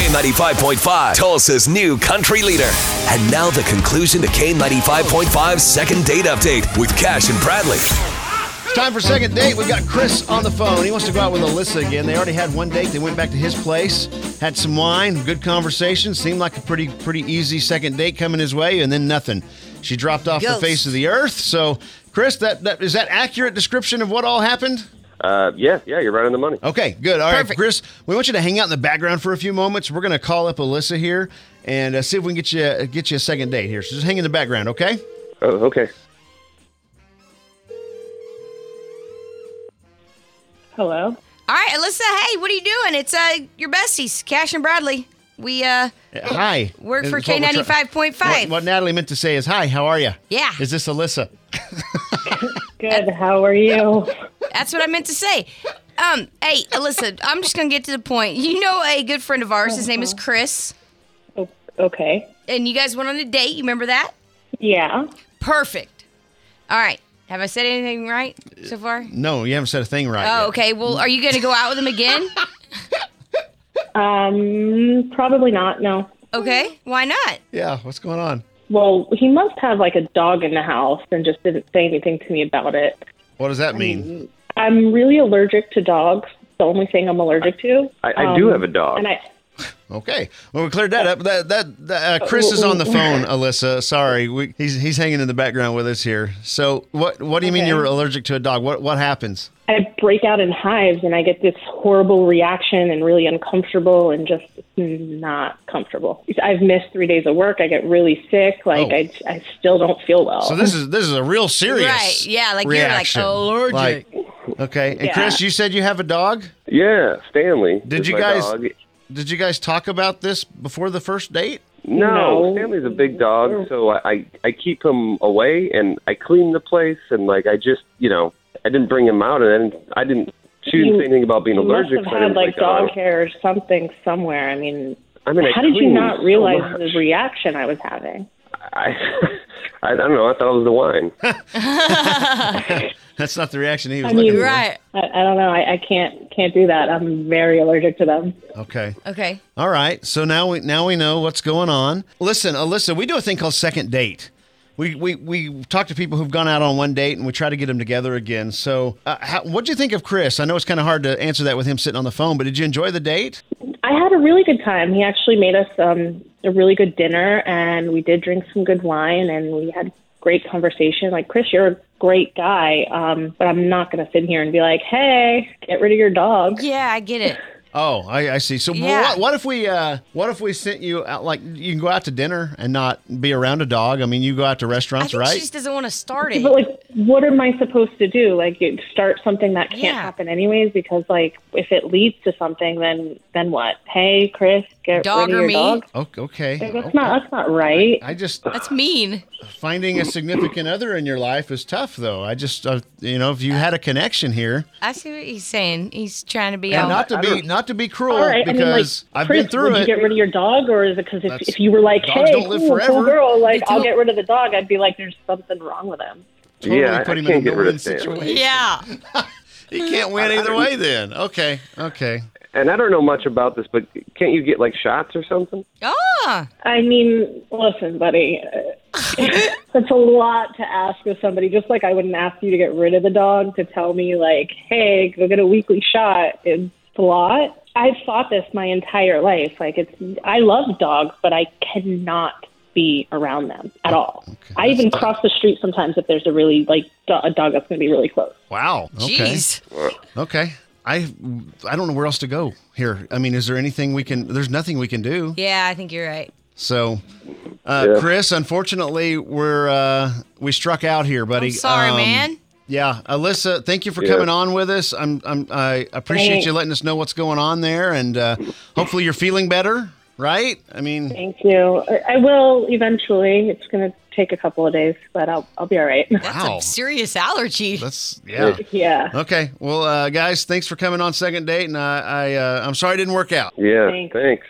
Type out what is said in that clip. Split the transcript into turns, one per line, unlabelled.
K95.5, Tulsa's new country leader. And now the conclusion to K95.5's second date update with Cash and Bradley.
It's time for second date. We've got Chris on the phone. He wants to go out with Alyssa again. They already had one date. They went back to his place, had some wine, good conversation. Seemed like a pretty pretty easy second date coming his way, and then nothing. She dropped off
Ghost.
the face of the earth. So, Chris, that, that is that accurate description of what all happened?
Uh, yeah, yeah, you're right on the money.
Okay, good. All right,
Perfect.
Chris, we want you to hang out in the background for a few moments. We're going to call up Alyssa here and uh, see if we can get you get you a second date here. So just hang in the background, okay?
Oh, okay.
Hello.
All right, Alyssa. Hey, what are you doing? It's uh your besties, Cash and Bradley. We uh
Uh, Hi.
work
Is
for
what we're
K ninety
try-
five point
What,
five.
what Natalie meant to say is, "Hi, how are you?"
Yeah.
Is this Alyssa?
Good. How are you?
That's what I meant to say. Um, hey, Alyssa, I'm just gonna get to the point. You know, a good friend of ours, his name is Chris,
O- okay.
and you guys went on a date. You remember that?
Yeah.
Perfect. All right. Have I said anything right so far?
No, you haven't said a thing right.
Oh,
yet.
okay. Well, are you gonna go out with him again?
Um, probably not. No.
Okay. Why not?
Yeah, what's going on?
Well, he must have like a dog in the house and just didn't say anything to me about it.
What does that mean?
I'm really allergic to dogs. It's The only thing I'm allergic to. Um,
I, I do have a dog.
And I,
Okay, well we cleared that up. That that, that uh, Chris is on the phone, Alyssa. Sorry, we, he's he's hanging in the background with us here. So what what do you mean
Okay.
you're allergic to a dog? What what happens?
I break out in hives and I get this horrible reaction and really uncomfortable and just not comfortable. I've missed three days of work. I get really sick. Like
Oh.
I, I still don't feel well.
So this is this is a real serious
Right, yeah, like you're, like,
reaction.
allergic.
Like- okay, and
Yeah.
Chris, you said you have a dog.
yeah, Stanley.
Did
is
you
my
guys-
dog.
Did you guys talk about this before the first date?
No,
No.
Stanley's a big dog, so I, I I keep him away and I clean the place and like I just you know I didn't bring him out and I didn't I didn't choose
You-
anything about being
You
allergic.
must
so I
have
didn't
had like
break out.
dog hair or something somewhere. I mean,
I mean, I
how did you
cleaned
not
so
realize
much.
the reaction I was having?
I, I don't know. I thought it was the wine.
That's not the reaction he was
I mean,
looking
Right.
I, I don't know. I, I can't can't do that. I'm very allergic to them.
for. Okay.
Okay.
All right. So now we now we know what's going on. Listen, Alyssa, we do a thing called second date. We, we, we talk to people who've gone out on one date and we try to get them together again. So, uh, how, what'd you think of Chris? I know it's kind of hard to answer that with him sitting on the phone, but did you enjoy the date?
I had a really good time. He actually made us um, a really good dinner, and we did drink some good wine, and we had great conversation. Like Chris, you're a great guy, um, but I'm not going to sit here and be like, "Hey, get rid of your dog."
Yeah, I get it.
Oh, I, I see. So, well,
Yeah.
what, what if we uh, what if we sent you out? Like, you can go out to dinner and not be around a dog. I mean, you go out to
I
restaurants,
think
right?
she just doesn't want to start
But
it.
like, what am I supposed to do? Like, you start something that can't
Yeah.
happen anyways, because like, if it leads to something, then then what? Hey, Chris, get
Dog
rid
or
of your
me?
dog.
O- okay.
Like,
Okay.
That's not that's not right.
I just
That's mean.
finding a significant other in your life is tough, though. I just, uh, you know, if you had a connection here,
I see what he's saying. He's trying to be
and
all.
not to
I
be
don't-
not to be cruel,
All right,
because
I mean, like,
I've
Chris,
been through
would
it.
you get rid of your dog, or is it because
That's-
if, if you were like,
dogs
"Hey,
don't live
cool,
forever.
cool girl," like I'll
don't-
get rid of the dog, I'd be like, "There's something wrong with him."
totally
yeah, I-
put
I
him
can't
in a
get rid
no-win
of Sam.
situation.
yeah.
He can't win either way. Then okay, okay.
And I don't know much about this, but can't you get like shots or something?
Oh.
I mean, listen, buddy, uh, that's a lot to ask of somebody. Just like I wouldn't ask you to get rid of the dog to tell me, like, "Hey, go get a weekly shot." It's a lot. I've thought this my entire life. Like, it's I love dogs, but I cannot be around them at all. I
that's
even
tough.
cross the street sometimes if there's a really like do- a dog that's going to be really close.
Wow. Okay.
Jeez.
Okay. I I don't know where else to go here. I mean, is there anything we can? There's nothing we can do.
Yeah, I think you're right.
So, uh,
Yeah.
Chris, unfortunately, we're uh, we struck out here, buddy.
I'm sorry,
Um,
man.
Yeah, Alyssa, thank you for
Yeah.
coming on with us. I'm, I'm I appreciate
Thanks.
you letting us know what's going on there, and uh, hopefully you're feeling better, right? I mean,
Thank you. I, I will eventually. It's going to take a couple of days, but I'll I'll be all right.
That's
Wow.
a serious allergy.
that's yeah.
yeah.
Okay, well, uh, guys, thanks for coming on second date, and I, I uh, I'm sorry it didn't work out.
Yeah,
Thanks.
thanks.